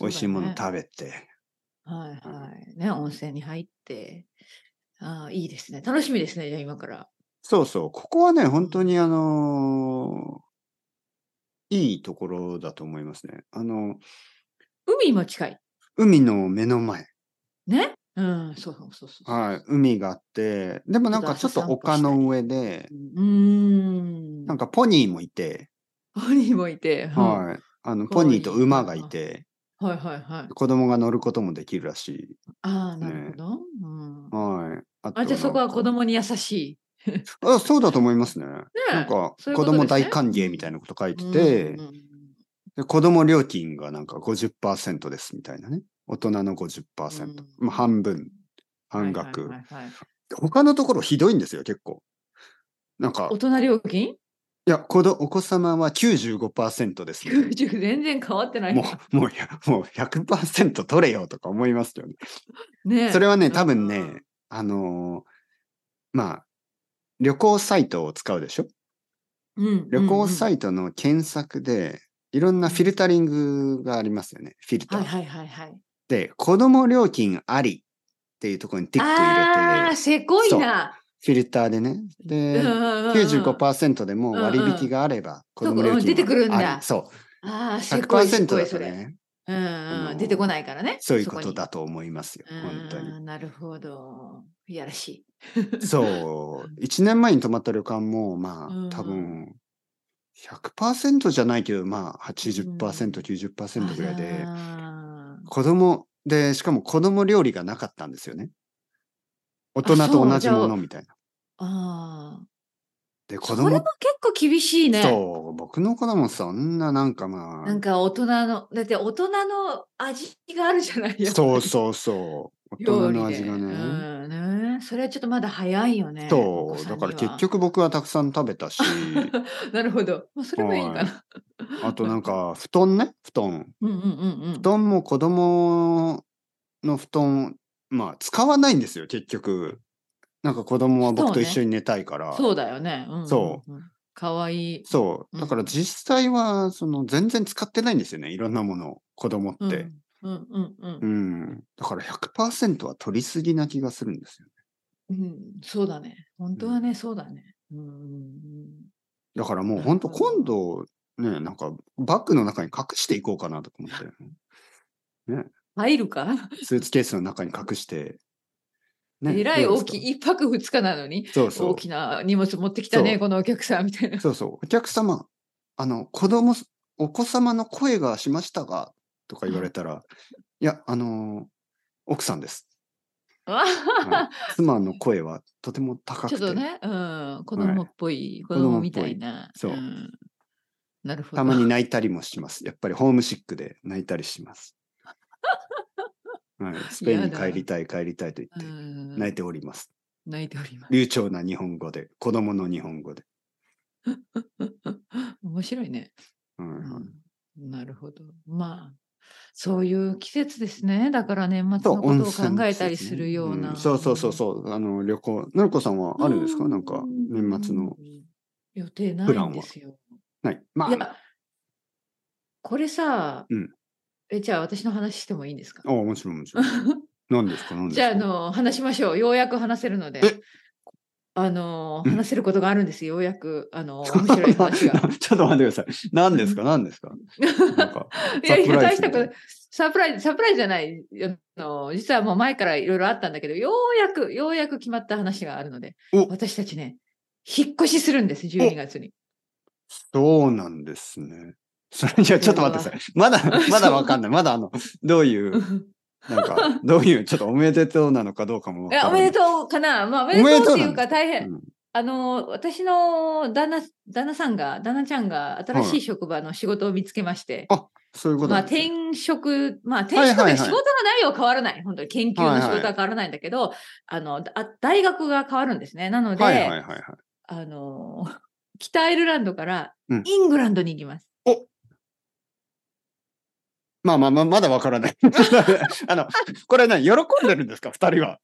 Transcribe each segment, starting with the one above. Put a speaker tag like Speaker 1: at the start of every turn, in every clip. Speaker 1: 美味しいもの
Speaker 2: そうだね
Speaker 1: 食べて。
Speaker 2: はいはい。ね、温泉に入って。ああ、いいですね。楽しみですね、じゃあ今から。
Speaker 1: そうそう、ここはね、本当にあのーいいところだと思いますね。あの、
Speaker 2: 海も近い。
Speaker 1: 海の目の前。
Speaker 2: ね。うん、そうそうそうそう。
Speaker 1: はい、海があって、でもなんかちょっと丘の上で、
Speaker 2: うーん。
Speaker 1: なんかポニーもいて、
Speaker 2: ポニーもいて。は
Speaker 1: はい、あの
Speaker 2: かわ
Speaker 1: ポ
Speaker 2: いい
Speaker 1: ニーと馬がいて、
Speaker 2: いはいはいはい。
Speaker 1: 子供が乗ることもできるらしい。
Speaker 2: ああ、なるほど。うん。
Speaker 1: はい。あと
Speaker 2: あ、じゃあそこは子
Speaker 1: なんか
Speaker 2: 供に優し
Speaker 1: あそうだと思いますね。
Speaker 2: え
Speaker 1: なんか、
Speaker 2: そういうこ
Speaker 1: 子
Speaker 2: と
Speaker 1: 供
Speaker 2: ですね
Speaker 1: 大歓迎みたいなこと書い
Speaker 2: い。
Speaker 1: てて、
Speaker 2: うんうん
Speaker 1: で子供料金がなんか50%ですみたいなね。大人の
Speaker 2: う
Speaker 1: 50%。
Speaker 2: ん
Speaker 1: まあ半分、
Speaker 2: うん
Speaker 1: 半
Speaker 2: は
Speaker 1: 額、
Speaker 2: いはいはいはい
Speaker 1: 他のところひどいんですよ、結構。なんか
Speaker 2: 大、人料金
Speaker 1: いや、子どお子様は95%ですみたいな、
Speaker 2: 90全然変わってない
Speaker 1: も
Speaker 2: な
Speaker 1: う、もういや、もう100%取れよとか思いますよね。
Speaker 2: ねえ
Speaker 1: それはね、多分
Speaker 2: う
Speaker 1: ね
Speaker 2: ん、
Speaker 1: あのーまあ、旅行サイトを使うでしょ
Speaker 2: うん
Speaker 1: 旅行
Speaker 2: サ
Speaker 1: サ
Speaker 2: イ
Speaker 1: イトの検索で、いろんなフィルタリングがありますよね。フィルタ
Speaker 2: はい。
Speaker 1: ー
Speaker 2: はいはいはい。
Speaker 1: で、子供料金ありっていうところにティック入
Speaker 2: あ
Speaker 1: れ
Speaker 2: あ、
Speaker 1: て、
Speaker 2: せこいな。
Speaker 1: フィルターでね。で、
Speaker 2: 95%。
Speaker 1: 95%でも割引があれば、子供料金は
Speaker 2: そううん出てくるんだ
Speaker 1: ありそう。
Speaker 2: ああ、せこい。せ
Speaker 1: 100%
Speaker 2: こい
Speaker 1: だと
Speaker 2: それ。
Speaker 1: ね、
Speaker 2: うん
Speaker 1: あ
Speaker 2: う
Speaker 1: の
Speaker 2: ん。出てこないからね。
Speaker 1: そういうことだ
Speaker 2: と。
Speaker 1: と思いますよ。本当
Speaker 2: あ
Speaker 1: に。
Speaker 2: ーなるほど。いやらしい。
Speaker 1: そう。1年前に泊まった旅館も、ま
Speaker 2: うん
Speaker 1: あ、多分、100%じゃないけど、まあ、
Speaker 2: う
Speaker 1: 80%、
Speaker 2: ん
Speaker 1: 90%ぐらいで、
Speaker 2: あ
Speaker 1: 子供、で、しかも子供料理がなかったんですよね。大人
Speaker 2: そ
Speaker 1: と
Speaker 2: う
Speaker 1: 同じ
Speaker 2: じゃあ
Speaker 1: ものみたいな。
Speaker 2: ーあ
Speaker 1: で、
Speaker 2: ー。
Speaker 1: 子
Speaker 2: それ
Speaker 1: 供
Speaker 2: も結構厳しいね。
Speaker 1: そう、僕の子供そんななんかま
Speaker 2: なん
Speaker 1: あ、
Speaker 2: か大人の、だって大人の味があるじゃないやっぱり
Speaker 1: そうそうそう、大
Speaker 2: 料
Speaker 1: 人
Speaker 2: 理
Speaker 1: の
Speaker 2: で
Speaker 1: 味がね。
Speaker 2: うんね。それはちょっとまだ早いよね。お
Speaker 1: そ
Speaker 2: 子
Speaker 1: う、
Speaker 2: さん
Speaker 1: だ
Speaker 2: に
Speaker 1: から結
Speaker 2: は。
Speaker 1: 局僕はたくさん食べ たし、
Speaker 2: なるほど。まあ、それもいいかな。
Speaker 1: あとなんか布団ね、布団。
Speaker 2: うんうんうんうん
Speaker 1: 布。団も子供の布団、まあ使わないんですよ、結局。なんか子供は僕と一緒に寝たいから。
Speaker 2: そうだよね。うん
Speaker 1: そ
Speaker 2: うんうん。かわいい。
Speaker 1: そ
Speaker 2: う
Speaker 1: う。
Speaker 2: ん
Speaker 1: だから実際は、その全然使ってないんですよね、いろんなものを、子供
Speaker 2: う
Speaker 1: っ
Speaker 2: ん
Speaker 1: て。
Speaker 2: うんうんうん
Speaker 1: う。ん。だから100%は取りすぎな気がするんですよ。
Speaker 2: うん、そうだね。本当はね、そうだね。うんうん
Speaker 1: だからもう
Speaker 2: なる
Speaker 1: 本当
Speaker 2: ほど
Speaker 1: 今度、ね、なんかバッグの中に隠していこうかなとか 思って、
Speaker 2: うん。入るか、
Speaker 1: スーツケースの中に隠して。
Speaker 2: えらい
Speaker 1: ど
Speaker 2: 大
Speaker 1: うですか
Speaker 2: きい、一泊二日なのに、
Speaker 1: そうそう
Speaker 2: 大きな荷物持ってきた
Speaker 1: そ
Speaker 2: ね、
Speaker 1: う
Speaker 2: このお客さんみたいな。
Speaker 1: そうそう。お客様、あの、子供、お子様の声がしましたが、とか言われた ら、いや、あのー奥さんです。
Speaker 2: あ は
Speaker 1: は
Speaker 2: はい
Speaker 1: 妻の声はとても高く
Speaker 2: ちょ
Speaker 1: て。
Speaker 2: っとね、うん、子供っぽい、子供みたいな。
Speaker 1: 子供っぽいそうん
Speaker 2: なるほど。
Speaker 1: たまに泣いたりもします。やっぱりホームシックで泣いたりし ます。はい、スペインに
Speaker 2: やだ
Speaker 1: 帰りたい、帰りたいと
Speaker 2: う
Speaker 1: 言って
Speaker 2: ん
Speaker 1: 泣いております。
Speaker 2: 泣いております。
Speaker 1: 流暢な日本語で、子供の日本語で。
Speaker 2: 面白いね。
Speaker 1: うん
Speaker 2: うんなるほど。まあ、そういう季節ですね。だから年末
Speaker 1: と
Speaker 2: のこと
Speaker 1: 温
Speaker 2: を
Speaker 1: 泉
Speaker 2: 考えたり
Speaker 1: ですね
Speaker 2: するような。
Speaker 1: んそうそうそうそう。あの、旅行。なるこさんはあるんですか
Speaker 2: う
Speaker 1: なんか、年末の。。
Speaker 2: 予定な
Speaker 1: プラ
Speaker 2: いん
Speaker 1: ンは
Speaker 2: ですよ。
Speaker 1: ない。ま
Speaker 2: い
Speaker 1: あ、
Speaker 2: や、これさ、
Speaker 1: うん
Speaker 2: えじゃあ私の話してもいいんですか
Speaker 1: あもちろんも ちろん。何ですか何です
Speaker 2: じ
Speaker 1: か
Speaker 2: ゃあ、あの、話しましょう。ようやく話せるので
Speaker 1: え。
Speaker 2: あの、
Speaker 1: うん
Speaker 2: 話せることがあるんですよ。ようやく、あ の、面白い話が。
Speaker 1: ちょっと待ってください。何ですか何ですかなんか、
Speaker 2: いやい
Speaker 1: サ
Speaker 2: や、
Speaker 1: プラ
Speaker 2: 大
Speaker 1: イ
Speaker 2: し
Speaker 1: ズ
Speaker 2: た
Speaker 1: み
Speaker 2: こ
Speaker 1: たいな
Speaker 2: と、サプライズ、サプライズじゃない。あの実はもう前からいろいろあったんだけど、ようやく、ようやく決まった話があるので
Speaker 1: お、
Speaker 2: 私たちね、引っ越しするんです、12月に。
Speaker 1: そうなんですね。それ、いや、ちょっと待ってください。まだ、まだわかんない。まだあの、どういう、なんか、どういう、ちょっとおめでとうなのかどうかもわ
Speaker 2: い
Speaker 1: から
Speaker 2: や、
Speaker 1: な
Speaker 2: お
Speaker 1: い。
Speaker 2: めでとうかな。まあ、おめ
Speaker 1: おめ
Speaker 2: で
Speaker 1: で
Speaker 2: と
Speaker 1: と
Speaker 2: うっ
Speaker 1: う
Speaker 2: て
Speaker 1: ないん
Speaker 2: う
Speaker 1: だ
Speaker 2: か大変。
Speaker 1: うん
Speaker 2: あの、私の旦那、旦那さんが、旦那ちゃんが新しい職場の仕事を見つけまして、
Speaker 1: あそういうこと
Speaker 2: まあ
Speaker 1: なんですね
Speaker 2: 転職、まあ転職
Speaker 1: はいは
Speaker 2: で
Speaker 1: い
Speaker 2: 仕事の内容は変わらない。本当に研究の仕事は変わらないんだけど、あの、あ大学が変わるんですね。なので、
Speaker 1: はいはいはいはい。
Speaker 2: あの、 北アイルランドから
Speaker 1: うん
Speaker 2: イングランドに行きます。
Speaker 1: まあまあまあ、まだわ からない。あの、これね、喜んでるんですか二人は。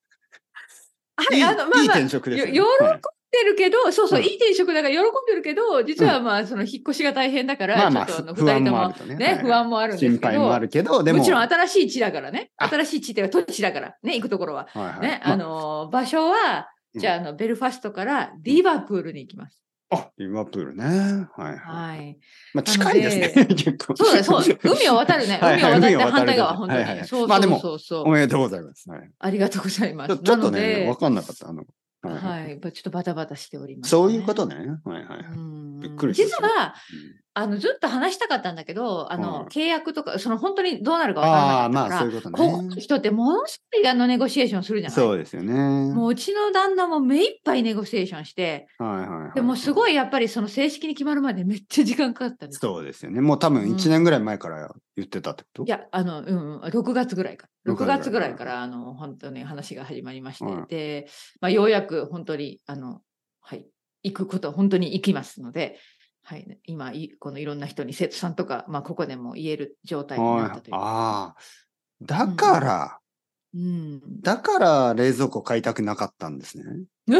Speaker 2: はい、
Speaker 1: いい
Speaker 2: あの、まあ
Speaker 1: いい
Speaker 2: まあ、
Speaker 1: 転職ですね
Speaker 2: よ喜ん
Speaker 1: はい
Speaker 2: てるけど、そうそう、
Speaker 1: うん
Speaker 2: いい転職だから喜んでるけど、実はまあ、その引っ越しが大変だから、
Speaker 1: まあまあ、
Speaker 2: ちょっとあの
Speaker 1: ふ
Speaker 2: 二
Speaker 1: 不安
Speaker 2: 人と
Speaker 1: もあ
Speaker 2: も
Speaker 1: るとね。はい
Speaker 2: ね、不安もあるんですけ
Speaker 1: 心
Speaker 2: ど、
Speaker 1: 配もあるけど、でも、
Speaker 2: もちろん
Speaker 1: はい
Speaker 2: 新しい地だからね、
Speaker 1: あ
Speaker 2: 新しい地っていうか、土地だから、ね、行くところは。
Speaker 1: はい
Speaker 2: ね、
Speaker 1: ま
Speaker 2: あのー場所は、
Speaker 1: うん
Speaker 2: じゃあ、あの、ベルファストからリバプールに行きます。
Speaker 1: あ、リバプールね。はいはい。
Speaker 2: はい。
Speaker 1: まあ、近いですね、結構。
Speaker 2: そうだ、 そうだ、海を渡るね。
Speaker 1: はいは
Speaker 2: 海を
Speaker 1: い
Speaker 2: 渡って
Speaker 1: 海を渡る
Speaker 2: 反対側、
Speaker 1: とこ
Speaker 2: 本
Speaker 1: ろ
Speaker 2: 当に。
Speaker 1: はいはい
Speaker 2: そう
Speaker 1: まあで
Speaker 2: そう
Speaker 1: も
Speaker 2: そうそう、
Speaker 1: おめでとうございます。はい、
Speaker 2: ありがとうございま
Speaker 1: ちょ
Speaker 2: す。
Speaker 1: ちょっと
Speaker 2: なので
Speaker 1: ね、わかんなかった。あの、はいはい
Speaker 2: はい、ちょっとバタバタしております、
Speaker 1: そういうこと。ね。はいはい。
Speaker 2: うん
Speaker 1: びっくりした
Speaker 2: 実は、あの、ずっと話したかったんだけど、あの、
Speaker 1: うん
Speaker 2: 契約とか、その本当にどうなるかわから
Speaker 1: ああー、
Speaker 2: なか
Speaker 1: ま
Speaker 2: った
Speaker 1: あ
Speaker 2: か
Speaker 1: そう
Speaker 2: ら、
Speaker 1: いうこと
Speaker 2: ここの
Speaker 1: ね。
Speaker 2: 人ってものすごいあのネゴシエーションするじゃない
Speaker 1: そうですよね。
Speaker 2: もううちの旦那も目いっぱいネゴシエーションして、
Speaker 1: はいはいはい。
Speaker 2: でもすごいやっぱりその正式に決まるまでめっちゃ時間かかったんです。
Speaker 1: そうですよね。もう多分1年ぐらい前から言ってたってこと
Speaker 2: いや、あの、うん、6月ぐらいから。
Speaker 1: 6
Speaker 2: 6
Speaker 1: 月
Speaker 2: 月
Speaker 1: ぐ
Speaker 2: ぐ
Speaker 1: ら
Speaker 2: ら
Speaker 1: い
Speaker 2: いから、あの、本当に話が始まりまして、
Speaker 1: うん
Speaker 2: で、まあ、ようやく本当に、あの、はい、行くこと、本当に行きますので、はい、今、いこのいろんな人に、生徒さんとか、まあ、ここでも言える状態に
Speaker 1: はい
Speaker 2: なった
Speaker 1: あ
Speaker 2: という。
Speaker 1: あー。だから、
Speaker 2: うん、
Speaker 1: だから冷蔵庫買いたくなかったんですね。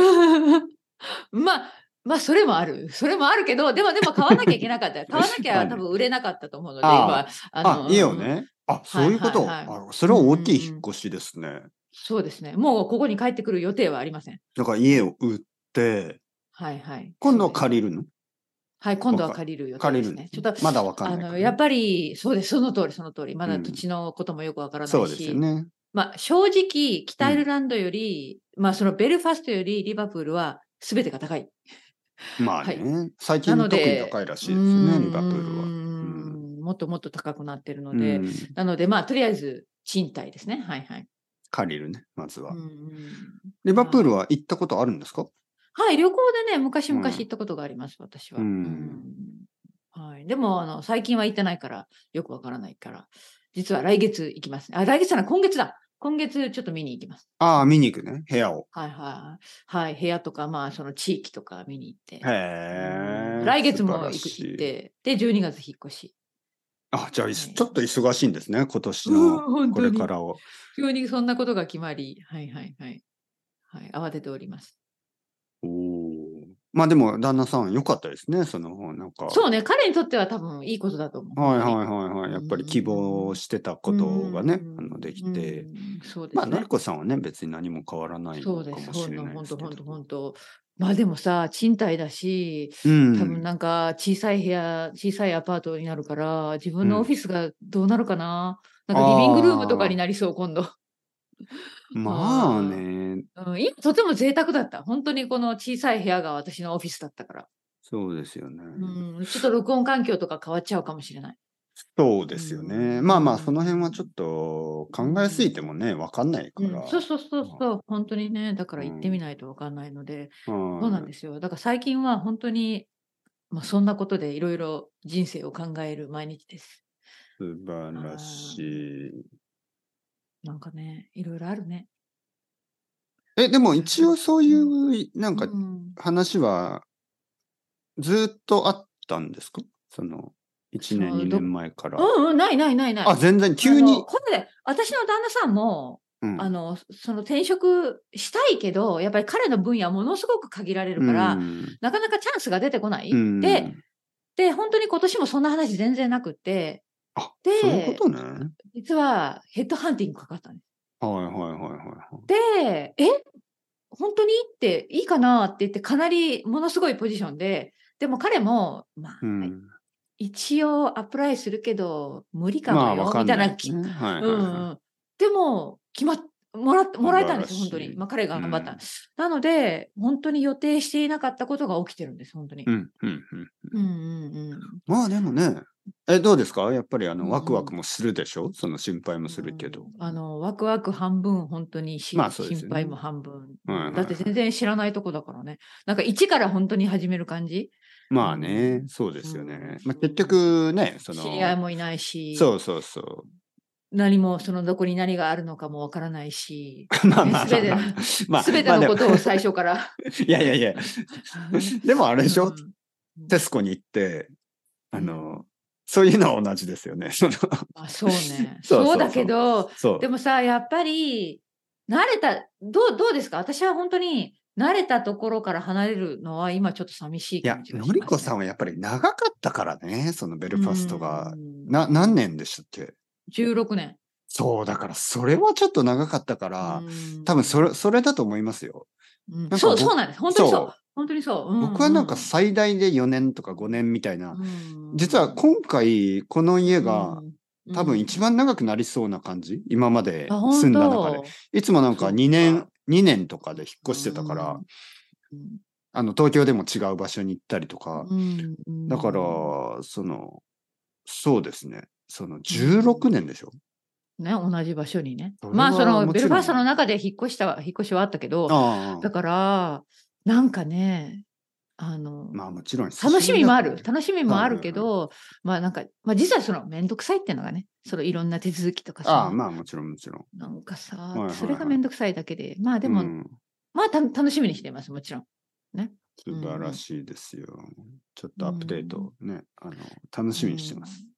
Speaker 2: まあ、まあ、それもある。それもあるけど、でも、でも、買わなきゃいけなかった。買わなき
Speaker 1: は
Speaker 2: ゃ
Speaker 1: い
Speaker 2: 多分売れなかったと思うので、
Speaker 1: あ
Speaker 2: 今、
Speaker 1: あ、いいよ。ね。あ、そういうこと。
Speaker 2: はいはい
Speaker 1: あそれは大きい引っ越しですね。
Speaker 2: そうですね。もう、ここに帰ってくる予定はありません。
Speaker 1: だから家を売って、
Speaker 2: はいはい。
Speaker 1: 今度
Speaker 2: そう
Speaker 1: は
Speaker 2: です
Speaker 1: 借りるの
Speaker 2: はい、今度は借りる予定
Speaker 1: 借
Speaker 2: で
Speaker 1: り
Speaker 2: す
Speaker 1: る
Speaker 2: ね。
Speaker 1: の
Speaker 2: ちょっと、
Speaker 1: まだわか
Speaker 2: あ
Speaker 1: んないか
Speaker 2: の、
Speaker 1: ら。
Speaker 2: やっぱり、そうです、その通り、その通り。ま
Speaker 1: う
Speaker 2: だ
Speaker 1: ん
Speaker 2: 土地のこともよくわからな
Speaker 1: そう
Speaker 2: い
Speaker 1: です
Speaker 2: し、
Speaker 1: よね。
Speaker 2: まあ、正直、北アイルランドより、まあ、そのベルファストよりリバプールは全てが高い。
Speaker 1: まあね。最近
Speaker 2: なの
Speaker 1: 特に
Speaker 2: で、
Speaker 1: 高いらしいですよ
Speaker 2: うーん
Speaker 1: ね、リバプールは。
Speaker 2: もっともっと高くなってるので、
Speaker 1: うん、
Speaker 2: なので、まあ、とりあえず、賃貸ですね。はいはい。
Speaker 1: 借りるね、まずは
Speaker 2: うん。うん
Speaker 1: リバプールは行ったことあるんですか
Speaker 2: はい、旅行でね、昔
Speaker 1: うん
Speaker 2: 々行ったことがあります、私は。
Speaker 1: うん
Speaker 2: うんはい、でもあの、最近は行ってないから、よくわからないから、実は来月行きます、ね。あ、来月じゃない、今月だ。今月ちょっと見に行きます。
Speaker 1: ああ、見に行くね、部屋を。
Speaker 2: はいはい。はい、部屋とか、まあ、その地域とか見に行って。
Speaker 1: へ
Speaker 2: う
Speaker 1: え。
Speaker 2: ん来月も行く
Speaker 1: 素晴らしい
Speaker 2: 行っ。て、で、12月引っ越し。
Speaker 1: あ、じゃあ、いす
Speaker 2: はい
Speaker 1: ちょっと忙しいんですね、今
Speaker 2: う
Speaker 1: 年
Speaker 2: ん
Speaker 1: の。
Speaker 2: 本
Speaker 1: こ
Speaker 2: 当
Speaker 1: れ
Speaker 2: に
Speaker 1: からを。
Speaker 2: 急にそんなことが決まり、はいはいはい。はい、慌てております。
Speaker 1: おーまあでも、旦那さん、良かったですね、その、なんか。
Speaker 2: そうね、彼にとっては多分いいことだと思う。
Speaker 1: はいはいはいはい。やっぱり希望してたことがね
Speaker 2: う、ん
Speaker 1: あのできて
Speaker 2: う。んそうですね。
Speaker 1: まあ、のりこさんはね、別に何も変わらないの
Speaker 2: そう
Speaker 1: か
Speaker 2: です。
Speaker 1: も
Speaker 2: ほ
Speaker 1: し
Speaker 2: ん
Speaker 1: れ
Speaker 2: と
Speaker 1: ない
Speaker 2: ほ
Speaker 1: で
Speaker 2: んと
Speaker 1: すけ
Speaker 2: ほんと
Speaker 1: ど。
Speaker 2: ほんと。まあでもさ、賃貸だし、
Speaker 1: う
Speaker 2: 多分
Speaker 1: ん。
Speaker 2: なんか小さい部屋、小さいアパートになるから、自分のオフィスがどうなるかな。なんかリビングルームとかになりそう、今度。
Speaker 1: まあね、
Speaker 2: うん、今とても贅沢だった。本当にこの小さい部屋が私のオフィスだったから。
Speaker 1: そうですよね。
Speaker 2: うん、ちょっと録音環境とか変わっちゃうかもしれない。
Speaker 1: そうですよね。
Speaker 2: うん
Speaker 1: まあまあ、その辺はちょっと考えすぎてもね、わかんないか
Speaker 2: う
Speaker 1: ら。
Speaker 2: ん、そうそうそう
Speaker 1: う
Speaker 2: そう、本当にね、だから行って
Speaker 1: う
Speaker 2: みないとわかんないので、
Speaker 1: うん
Speaker 2: そうなんですよ。だから最近は本当に、まあ、そんなことでいろいろ人生を考える毎日です。
Speaker 1: 素晴らしい。
Speaker 2: なんかね、いろいろあるね。
Speaker 1: え、でも一応そういう、なんか
Speaker 2: うん
Speaker 1: 話は、ずっとあったんですかその、1年、
Speaker 2: そう
Speaker 1: 2
Speaker 2: ど
Speaker 1: 年前から。
Speaker 2: うんうん、ないないないない。
Speaker 1: あ、全然、急
Speaker 2: あの
Speaker 1: に。
Speaker 2: これで、私の旦那さんも、
Speaker 1: うん
Speaker 2: あの、その転職したいけど、やっぱり彼の分野はものすごく限られるから、
Speaker 1: うん
Speaker 2: なかなかチャンスが出てこない。
Speaker 1: うん
Speaker 2: で、で、本当に今年もそんな話全然なくって、
Speaker 1: あ、
Speaker 2: で
Speaker 1: そういうことね。はい
Speaker 2: 実はヘッドハンティングかかったんです。
Speaker 1: はいはいはい。
Speaker 2: で、え本当にっていいかなって言って、かなりものすごいポジションで、でも彼も、まあ、
Speaker 1: うん
Speaker 2: 一応アプライするけど、無理か
Speaker 1: まあ、
Speaker 2: も
Speaker 1: わ
Speaker 2: よ、
Speaker 1: かん
Speaker 2: みた
Speaker 1: ないい
Speaker 2: な。
Speaker 1: ですね。はいはい
Speaker 2: うんう
Speaker 1: は
Speaker 2: んでも、決まっもらっもらえたんです、
Speaker 1: 素晴らし
Speaker 2: 本
Speaker 1: い
Speaker 2: 当に。まあ、彼が頑張った、
Speaker 1: うん
Speaker 2: なので、本当に予定していなかったことが起きてるんです、本当に
Speaker 1: い。う。んうんうん
Speaker 2: うんうんうん。
Speaker 1: まあでもね、え、どうですかやっぱりあ
Speaker 2: うんう
Speaker 1: の、
Speaker 2: ん
Speaker 1: ワクワクもするでしょその心配もするけど
Speaker 2: うん。あの、ワクワク半分、本当にし、
Speaker 1: まあそうですよね
Speaker 2: 心配も半分、
Speaker 1: はいはいはい
Speaker 2: だって全然知らないとこだからね。なんか一から本当に始める感じ
Speaker 1: まあね
Speaker 2: う、
Speaker 1: そうですよね。
Speaker 2: うん
Speaker 1: まあ結局ね、その、
Speaker 2: 知り合いもいないし、
Speaker 1: そうそうそ
Speaker 2: 何も、そのどこに何があるのかもわからないし、
Speaker 1: う。 まあまあ
Speaker 2: 全て
Speaker 1: まあまあ、
Speaker 2: すべて
Speaker 1: まあ
Speaker 2: の
Speaker 1: でも
Speaker 2: ことを最初から。
Speaker 1: いやいやいや、でもあれでし
Speaker 2: う
Speaker 1: ょ、
Speaker 2: ん
Speaker 1: テスコに行って、あの、そういうのは同じですよね。その、。
Speaker 2: あそうね
Speaker 1: そうそうそう
Speaker 2: そうだけど、
Speaker 1: そう
Speaker 2: で。もさ、やっぱり、慣れた、どう、どうですか私は本当に、慣れたところから離れるのは今ちょっと寂しい
Speaker 1: いや
Speaker 2: 感、じがします、
Speaker 1: のりこさん
Speaker 2: は
Speaker 1: はやっぱり長かったからね、そのベルファストが。な、
Speaker 2: ん
Speaker 1: 何年でしたっけ
Speaker 2: ?16 年。
Speaker 1: そう、だからそれはちょっと長かったから、
Speaker 2: うん
Speaker 1: 多分それ、それだと思いますよ。
Speaker 2: うん
Speaker 1: か
Speaker 2: そう、
Speaker 1: 僕
Speaker 2: そうなんです。本当にそう。
Speaker 1: そう
Speaker 2: 本当にそう。うん
Speaker 1: 僕はなんか、最大で4年とか5年みたいな。
Speaker 2: うん
Speaker 1: 実は今回、この家が、
Speaker 2: うん
Speaker 1: 多分一番長くなりそうな感じ今まで
Speaker 2: あ本当
Speaker 1: 住んだ中で。いつもなん
Speaker 2: そ
Speaker 1: か
Speaker 2: っか
Speaker 1: 2年、2年とかで引っ越してたから、
Speaker 2: うん
Speaker 1: あの、東京でも違う場所に行ったりとか、
Speaker 2: うんうん
Speaker 1: だから、その、そうですね。その16年でしょ、
Speaker 2: ね、同じ場所にね。
Speaker 1: それは
Speaker 2: まあ、その、
Speaker 1: もち
Speaker 2: ベ
Speaker 1: ろん
Speaker 2: ルファストの中で引っ越したは、引っ越しはあったけど、
Speaker 1: あ
Speaker 2: だから、なんかね、あの、
Speaker 1: まあもちろん久
Speaker 2: 楽しみもあ
Speaker 1: ぶり
Speaker 2: る
Speaker 1: だ。からね
Speaker 2: 楽しみもあるけど、まあなんか、まあ実はその、めんどくさいっていうのがね、そのいろんな手続きとか
Speaker 1: あ
Speaker 2: さ
Speaker 1: あ、、まあもちろんもちろん。
Speaker 2: なんかさ、
Speaker 1: いはいはい
Speaker 2: それがめんどくさいだけで、まあでも、
Speaker 1: うん
Speaker 2: まあた楽しみにしてます、もちろん。
Speaker 1: 素晴らしいですよ。ちょっとアップデートね、あの、楽しみにしてます。
Speaker 2: うん。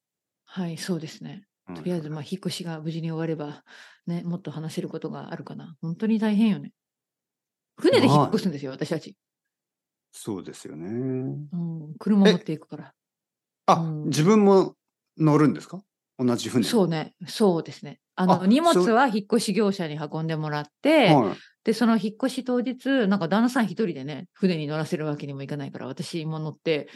Speaker 2: はい、そうですね。
Speaker 1: うん
Speaker 2: とりあえず、まあ、引っ越しが無事に終われば、ね、もっと話せることがあるかな。本当に大変よね。船で引っ越すんですよ、私たち。
Speaker 1: そうですよね。
Speaker 2: うん、車
Speaker 1: え
Speaker 2: 持っていくから。
Speaker 1: あ、
Speaker 2: うん
Speaker 1: 自分も乗るんですか同じ船。
Speaker 2: そうね、そうですね。あの
Speaker 1: あ
Speaker 2: 荷
Speaker 1: そ
Speaker 2: 物
Speaker 1: う
Speaker 2: は引っ越し業者に運んでもらって、
Speaker 1: はい
Speaker 2: で、その引っ越し当日、なんか旦那さん一人でね、船に乗らせるわけにもいかないから、私も乗って、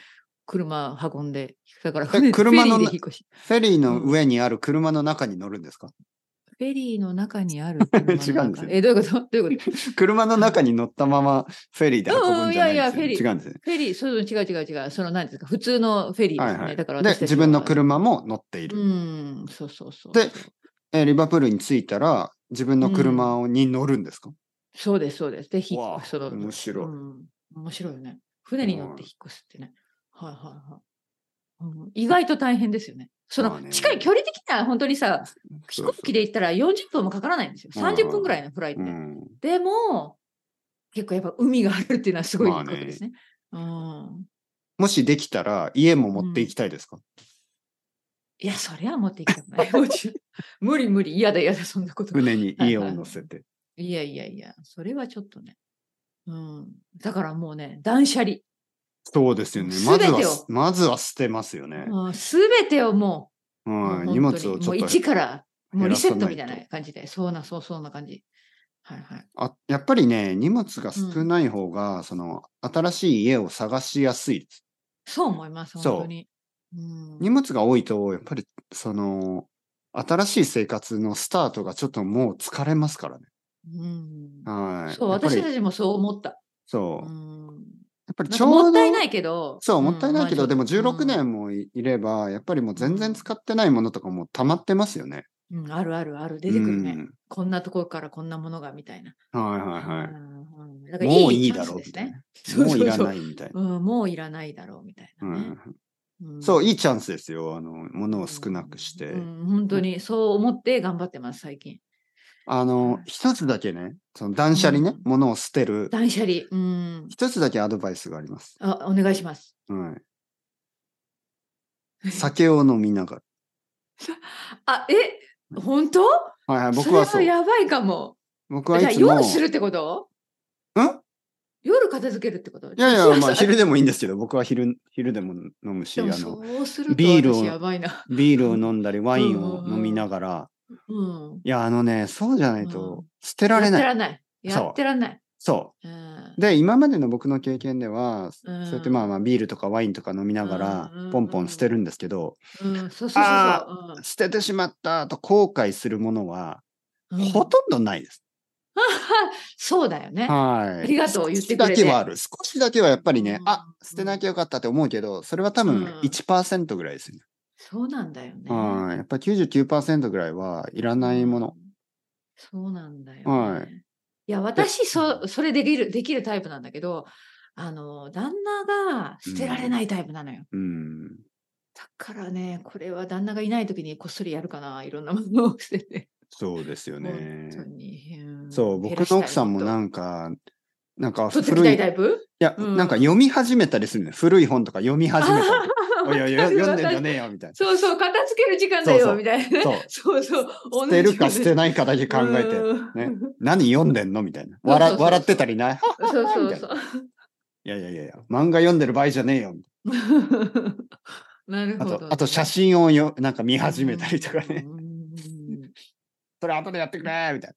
Speaker 2: 車運んで、だから船
Speaker 1: 車
Speaker 2: フェ
Speaker 1: の
Speaker 2: リーで引っ越し。
Speaker 1: フェリーの上にある車の中に乗るんですか、
Speaker 2: フェリーの中にある車の中。
Speaker 1: 違うんですよ
Speaker 2: え、どういうことどういうこと
Speaker 1: 車の中に乗ったままフェリーで運ぶんじゃ
Speaker 2: うん
Speaker 1: ないんですよ、ね
Speaker 2: うんいやいやフェリー
Speaker 1: 違うんですね。
Speaker 2: フェリー、そう違う違う違う、その何ですか、普通のフェリー
Speaker 1: は
Speaker 2: で
Speaker 1: い
Speaker 2: すね。
Speaker 1: はい。
Speaker 2: だから
Speaker 1: で
Speaker 2: 私、たちは
Speaker 1: 自分の車も乗っている。
Speaker 2: うん、そうそうそう。
Speaker 1: でえーリバプールに着いたら、自分の車をに乗るんですか、
Speaker 2: そうです、そうです。で、ひ
Speaker 1: わあ
Speaker 2: その
Speaker 1: 面白い
Speaker 2: うん面白いよね。船に乗って引っ越すってね。はいはいはいうん。意外と大変ですよね。そ
Speaker 1: ま
Speaker 2: の
Speaker 1: あね
Speaker 2: 近い距離的には本当にさ、飛
Speaker 1: そう
Speaker 2: 行機で行ったら40分もかからないんですよ。
Speaker 1: はいはい
Speaker 2: 30分ぐらいのフライって。
Speaker 1: うん。
Speaker 2: でも、結構やっぱ海があるっていうのはすごいいいことですね。うん。
Speaker 1: もしできたら、家も持っていきたいですか、
Speaker 2: いや、それは持っていきたくない。もちろん無理無理。嫌だ嫌だ、そんなこと。
Speaker 1: 船に家を乗せて。
Speaker 2: いやいやいや、それはちょっとね。うん。だからもうね、断捨離。
Speaker 1: そうですよね。ま
Speaker 2: 全
Speaker 1: ず
Speaker 2: てを
Speaker 1: は、まずは捨てますよね。
Speaker 2: すべてをも
Speaker 1: う。
Speaker 2: う、もうん本当に
Speaker 1: 荷物をち
Speaker 2: も
Speaker 1: ょ
Speaker 2: う
Speaker 1: っと。
Speaker 2: 一から、もうリセットみたい
Speaker 1: 減らさない
Speaker 2: な感じで、そうな、そう、そうな感じ。はいはい。
Speaker 1: あやっぱりね、荷物が少ない方が、その、新しい家を探しやすいです。
Speaker 2: そう思います、
Speaker 1: そう
Speaker 2: 本当に。うん
Speaker 1: 荷物が多いと、やっぱり、その、新しい生活のスタートがちょっともう疲れますからね。
Speaker 2: うん
Speaker 1: はい。
Speaker 2: そう、
Speaker 1: やっぱり
Speaker 2: 私たちもそう思った。
Speaker 1: そうう。や
Speaker 2: ん
Speaker 1: っぱり
Speaker 2: なん
Speaker 1: ち
Speaker 2: か
Speaker 1: ょうど。
Speaker 2: もったいないけど。
Speaker 1: そう、
Speaker 2: ん
Speaker 1: もったいないけど、
Speaker 2: まあ
Speaker 1: でも
Speaker 2: ちょっと
Speaker 1: 16年もいいれば、やっぱりもう全然使ってないものとかも溜まってますよね。
Speaker 2: うんうんあるあるある、出てくるね。
Speaker 1: うん
Speaker 2: こんなところからこんなものがみたいな。
Speaker 1: はいはいは
Speaker 2: うんうんだか
Speaker 1: い。
Speaker 2: ら
Speaker 1: もう
Speaker 2: い
Speaker 1: い
Speaker 2: い
Speaker 1: い
Speaker 2: チャ
Speaker 1: だ
Speaker 2: ンス
Speaker 1: ろう
Speaker 2: で
Speaker 1: み
Speaker 2: す
Speaker 1: た
Speaker 2: ね
Speaker 1: いな。。もうい
Speaker 2: そうそうそう
Speaker 1: らないみたいな。
Speaker 2: うん、もういらないだろうみたいな
Speaker 1: う
Speaker 2: ね
Speaker 1: ん。そう、
Speaker 2: い
Speaker 1: いいチャンスですよ。あの、物を少なくして。
Speaker 2: 本当にそう思って頑張ってます、最近。
Speaker 1: あの、一つだけね、その断捨離ね、
Speaker 2: うん
Speaker 1: 物を捨てる。
Speaker 2: 断捨離。うん。
Speaker 1: 一つだけアドバイスがあります。
Speaker 2: あ、お願いします。
Speaker 1: はい。酒を飲みなが
Speaker 2: あ、え本当
Speaker 1: ら。はいはい、僕は
Speaker 2: そ
Speaker 1: そう
Speaker 2: れ。はやばいかも。
Speaker 1: 僕
Speaker 2: じ
Speaker 1: はい
Speaker 2: ゃあ
Speaker 1: つも。
Speaker 2: 夜するってこと
Speaker 1: ん
Speaker 2: 夜片付けるってことい
Speaker 1: いやいや、まあ昼でもいいんですけど、僕は昼、昼でも飲むし、
Speaker 2: で
Speaker 1: あ
Speaker 2: も
Speaker 1: の、
Speaker 2: そうすると
Speaker 1: ビールを
Speaker 2: 私やばいな。
Speaker 1: ビールを飲んだり、ワイン
Speaker 2: う
Speaker 1: を
Speaker 2: んうんうん
Speaker 1: 飲みながら、
Speaker 2: うん。
Speaker 1: いや、あのね、そうじゃない
Speaker 2: うん
Speaker 1: と、捨て
Speaker 2: や
Speaker 1: ら
Speaker 2: っ
Speaker 1: れ
Speaker 2: て
Speaker 1: ない。
Speaker 2: らんない。
Speaker 1: そう
Speaker 2: やってらんない。
Speaker 1: そ
Speaker 2: うん
Speaker 1: う。で、今までの僕の経験では、そう
Speaker 2: うん
Speaker 1: やってまあまあ、ビールとかワインとか飲みながら
Speaker 2: うんうんう、ん
Speaker 1: ポンポン捨てるんですけど、
Speaker 2: うん、そうそうそう
Speaker 1: あ
Speaker 2: そう
Speaker 1: 捨ててしまったと後悔するものは、
Speaker 2: うん。うん
Speaker 1: ほとんどないです。
Speaker 2: そうだよね。
Speaker 1: はい。
Speaker 2: ありがとう言ってくれて
Speaker 1: 少しだけはある。少しだけはやっぱりね
Speaker 2: う、ん
Speaker 1: あ、捨てなきゃよかったって思うけど、それは多
Speaker 2: うん
Speaker 1: 分1%ぐらいですよね。
Speaker 2: そうなんだよね。
Speaker 1: はい。やっぱり99%ぐらいはいらないもの。
Speaker 2: うん。そうなんだよ、ね。
Speaker 1: はい
Speaker 2: い。や、私、そ、それできる、できるタイプなんだけど、あの、旦那が捨てられないタイプなのよ。
Speaker 1: うん。
Speaker 2: だからね、これは旦那がいないときにこっそりやるかな、いろんなものを捨てて。
Speaker 1: そうですよね
Speaker 2: 本。当に。
Speaker 1: そう、僕の奥さんもなんんか、なんか
Speaker 2: か、取ってきた
Speaker 1: 古
Speaker 2: い
Speaker 1: い
Speaker 2: タ、イプ
Speaker 1: や、
Speaker 2: うん
Speaker 1: なんか読み始めたりするのよ古い本とか読み始め たり。おいおい
Speaker 2: わ
Speaker 1: よ
Speaker 2: かる
Speaker 1: 読んでんじゃねえよみたい
Speaker 2: そうそう、片付ける時間だ
Speaker 1: そうそ
Speaker 2: よ、
Speaker 1: う
Speaker 2: みたいなね
Speaker 1: な。。 そう。
Speaker 2: そうそう。
Speaker 1: 捨てるか捨て
Speaker 2: い
Speaker 1: ないかだけ考えて、ね何読んでんのみたいな。
Speaker 2: そうそう
Speaker 1: 笑
Speaker 2: そう
Speaker 1: 笑ってたりない。
Speaker 2: そうそ
Speaker 1: み
Speaker 2: う
Speaker 1: たい
Speaker 2: そ
Speaker 1: な「いやいやいやいや、漫画読んでる場合じゃねえよ。
Speaker 2: う。なる
Speaker 1: あ
Speaker 2: ほど、
Speaker 1: と、あと写真をよなんか見始めたりとかね。
Speaker 2: うん。うんうん
Speaker 1: それ後でやってくれみたい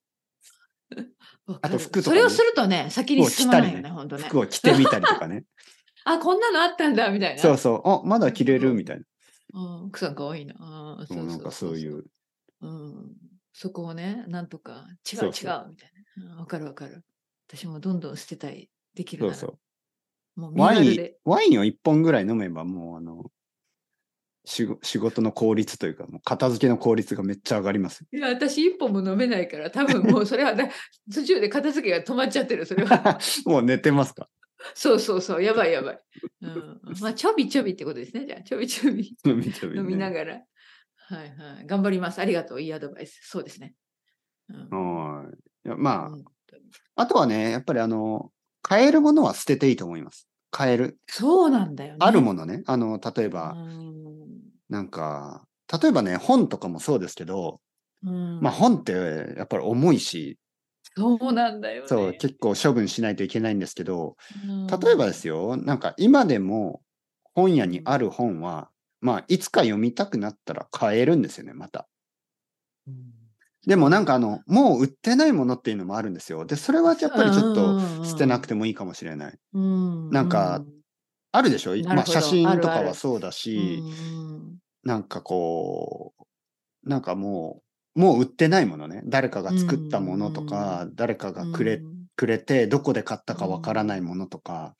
Speaker 2: わか
Speaker 1: あ
Speaker 2: る
Speaker 1: と服とか
Speaker 2: そ
Speaker 1: ね
Speaker 2: れをするとね、先に進まないよね、本当
Speaker 1: な。
Speaker 2: ね。
Speaker 1: 服を着てみたりとか ね。
Speaker 2: あ、こんなのあったんだ、みたいな。
Speaker 1: そうそう。あ、まだ着れるみたいな。
Speaker 2: うん。奥さん可愛いな。あー
Speaker 1: もうなんかそうい。。
Speaker 2: そうううん。そこをね、なんとか、違う
Speaker 1: そ
Speaker 2: 違う、
Speaker 1: う
Speaker 2: み
Speaker 1: そう
Speaker 2: たいな。うんわかるわかる。私もどんどん捨てたい。できる
Speaker 1: そ
Speaker 2: な
Speaker 1: う
Speaker 2: ら。
Speaker 1: そう。
Speaker 2: もう身
Speaker 1: ワ
Speaker 2: 軽
Speaker 1: イン
Speaker 2: で。、
Speaker 1: ワインを一本ぐらい飲めば、もうあの、仕事仕事の効率というか、もう片付けの効率がめっちゃ上がります。
Speaker 2: いや、私一本も飲めないから、多分もうそれは、ね、途中で片付けが止まっちゃってる、それは。
Speaker 1: もう寝てますか
Speaker 2: そうそうそう、やばいやばい。うん、まあ、ちょびちょびってことですね。じゃあ、ちょびちょび
Speaker 1: 飲みちゃうよね
Speaker 2: 飲みながら。はいはい。頑張ります。ありがとう。いいアドバイス。そうですね。うん
Speaker 1: はいいやまあ、
Speaker 2: うん
Speaker 1: あとはね、やっぱりあの、買えるものは捨てていいと思います。買える。
Speaker 2: そうなんだよね。
Speaker 1: あるも
Speaker 2: の
Speaker 1: のね。あの、例えば、
Speaker 2: う
Speaker 1: なんか、例えばね、本とかもそうですけど、
Speaker 2: ん。
Speaker 1: まあ本ってやっぱり重いし、
Speaker 2: そうなんだよ、ね。
Speaker 1: そう、結構処分しないといけないんですけど、
Speaker 2: うん
Speaker 1: 例えばですよ、なんか今でも本屋にある本は、まあいつか読みたくなったら買えるんですよね、また。でもなんかあの、もう売ってないものっていうのもあるんですよ。で、それはやっぱりちょっと捨てなくてもいいかもしれない。
Speaker 2: うん、
Speaker 1: なんかあるでしょ
Speaker 2: るほど
Speaker 1: まあ写真と
Speaker 2: あ
Speaker 1: か
Speaker 2: るあ
Speaker 1: は
Speaker 2: る
Speaker 1: そうだし、
Speaker 2: うん
Speaker 1: なんかこう、なんかもう、もう売ってないものね。誰かが作ったものとか、誰かがくれ、
Speaker 2: うん
Speaker 1: くれて、どこで買ったかわからないものとか、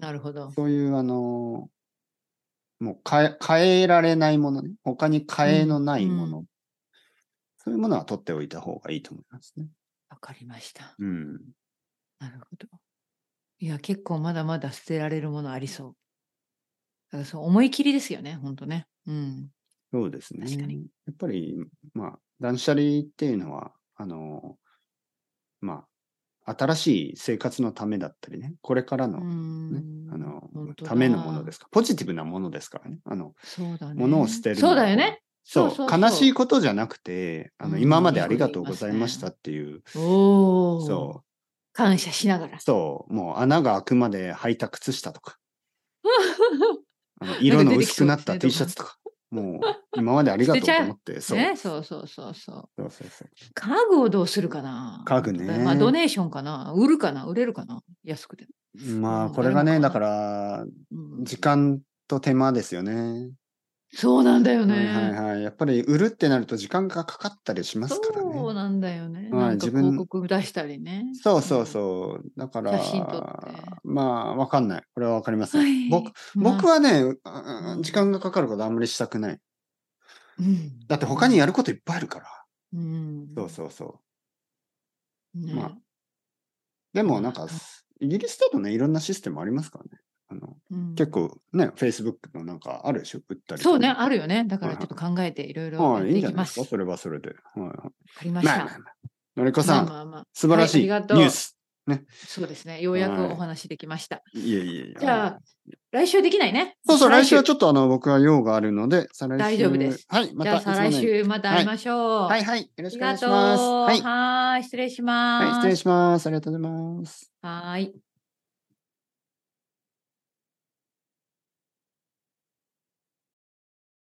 Speaker 2: なるほど。
Speaker 1: そういうあのー、もう変え、変えられないものね。他に変えのないもの。
Speaker 2: う
Speaker 1: そういうものは取っておいた方がいいと思いますね。
Speaker 2: わかりました。
Speaker 1: うん。
Speaker 2: なるほど。いや、結構まだまだ捨てられるものありそう。だからそう思い切りですよね、ほんとね。うん。
Speaker 1: そうですね。
Speaker 2: 確かに
Speaker 1: やっぱり、まあ、断捨離っていうのは、あの、まあ、新しい生活のためだったりね、これから
Speaker 2: う
Speaker 1: の、ね
Speaker 2: ん
Speaker 1: あの
Speaker 2: ほんとだ
Speaker 1: ためのものですから、ポジティブなものですからね。あの
Speaker 2: そうだね。
Speaker 1: 物を捨てるの
Speaker 2: そ
Speaker 1: は
Speaker 2: うだよね。
Speaker 1: そ
Speaker 2: そ
Speaker 1: う
Speaker 2: うそうそう
Speaker 1: 悲しいことじゃなくて、あの
Speaker 2: うん
Speaker 1: 今までありがとうございましたっていう、
Speaker 2: おお。
Speaker 1: そ
Speaker 2: 感謝しながら
Speaker 1: う、。そう、もう穴が開くまで履いた靴下 とか、あの色の薄くなった
Speaker 2: 出て
Speaker 1: T
Speaker 2: き
Speaker 1: シ
Speaker 2: そ
Speaker 1: ャ
Speaker 2: うで
Speaker 1: ツ
Speaker 2: す
Speaker 1: とか、もう今までありがとうと思って、そう
Speaker 2: ね、そうそうそうそう。
Speaker 1: そうそうそう。
Speaker 2: 家具をどうするかな
Speaker 1: 家具ね
Speaker 2: まあ、ドネーションかな売るかな売れるかな安くても。
Speaker 1: まあ、
Speaker 2: うん
Speaker 1: これが
Speaker 2: 誰
Speaker 1: ね、だ
Speaker 2: も
Speaker 1: か
Speaker 2: 買
Speaker 1: ら、
Speaker 2: うん
Speaker 1: 時間と手間ですよね。
Speaker 2: そうなんだよね。
Speaker 1: はいはいはい。やっぱり売るってなると時間がかかったりしますか
Speaker 2: そ
Speaker 1: ら
Speaker 2: う
Speaker 1: ね。
Speaker 2: なんだよね。
Speaker 1: はい
Speaker 2: なんか
Speaker 1: 自分
Speaker 2: 広告出したりね。
Speaker 1: そうそうそう。だから
Speaker 2: 写真撮って、
Speaker 1: まあ、わかんない。これはわかりません。
Speaker 2: はい
Speaker 1: 僕
Speaker 2: まあ
Speaker 1: 僕はね、ああ
Speaker 2: うん
Speaker 1: 時間がかかることあんまりしたくない。
Speaker 2: うん
Speaker 1: だって他にやることいっぱいあるから。
Speaker 2: うん、
Speaker 1: そうそうそう。
Speaker 2: う。ね
Speaker 1: まあでもなん
Speaker 2: う
Speaker 1: か
Speaker 2: ん、
Speaker 1: イギリスだとね、いろんなシステムありますからね。あの
Speaker 2: うん
Speaker 1: 結構ね、Facebook のなんかあるでしょ売ったりと
Speaker 2: そ
Speaker 1: か
Speaker 2: うね、あるよね。だか
Speaker 1: は
Speaker 2: ら
Speaker 1: い
Speaker 2: ち
Speaker 1: は
Speaker 2: ょ
Speaker 1: い
Speaker 2: っと考えていろいろやっ
Speaker 1: はい、いい
Speaker 2: て
Speaker 1: ん
Speaker 2: い
Speaker 1: じゃ
Speaker 2: き
Speaker 1: な
Speaker 2: ま
Speaker 1: いです
Speaker 2: す。
Speaker 1: か
Speaker 2: わ
Speaker 1: それはそれで。はいはい
Speaker 2: かりまし
Speaker 1: まあ
Speaker 2: た。
Speaker 1: まあまあのりこ
Speaker 2: ま
Speaker 1: さ
Speaker 2: あ
Speaker 1: ん、
Speaker 2: まあまあ
Speaker 1: 素晴らしいニ
Speaker 2: はいあり
Speaker 1: ュ
Speaker 2: がとう
Speaker 1: ース。
Speaker 2: そうですね。ようやく
Speaker 1: はい
Speaker 2: お話できました。
Speaker 1: いえいえいえ。
Speaker 2: じゃ
Speaker 1: あの
Speaker 2: あ、来週できないね。
Speaker 1: そうそう、来週は
Speaker 2: ょ
Speaker 1: ち
Speaker 2: っ
Speaker 1: ょっとあの、僕は用があるので、再来週。
Speaker 2: 大丈夫です。
Speaker 1: はい、ま
Speaker 2: じ
Speaker 1: た
Speaker 2: ゃあ、再来
Speaker 1: いつものよ
Speaker 2: 週また会いましょう。
Speaker 1: うにはいはい、よろ
Speaker 2: あ
Speaker 1: し
Speaker 2: り
Speaker 1: くお願
Speaker 2: が
Speaker 1: いし
Speaker 2: とう。
Speaker 1: ます。はい、
Speaker 2: はーい、失礼します。
Speaker 1: はい、失礼します。ありがとうございます。
Speaker 2: はーい。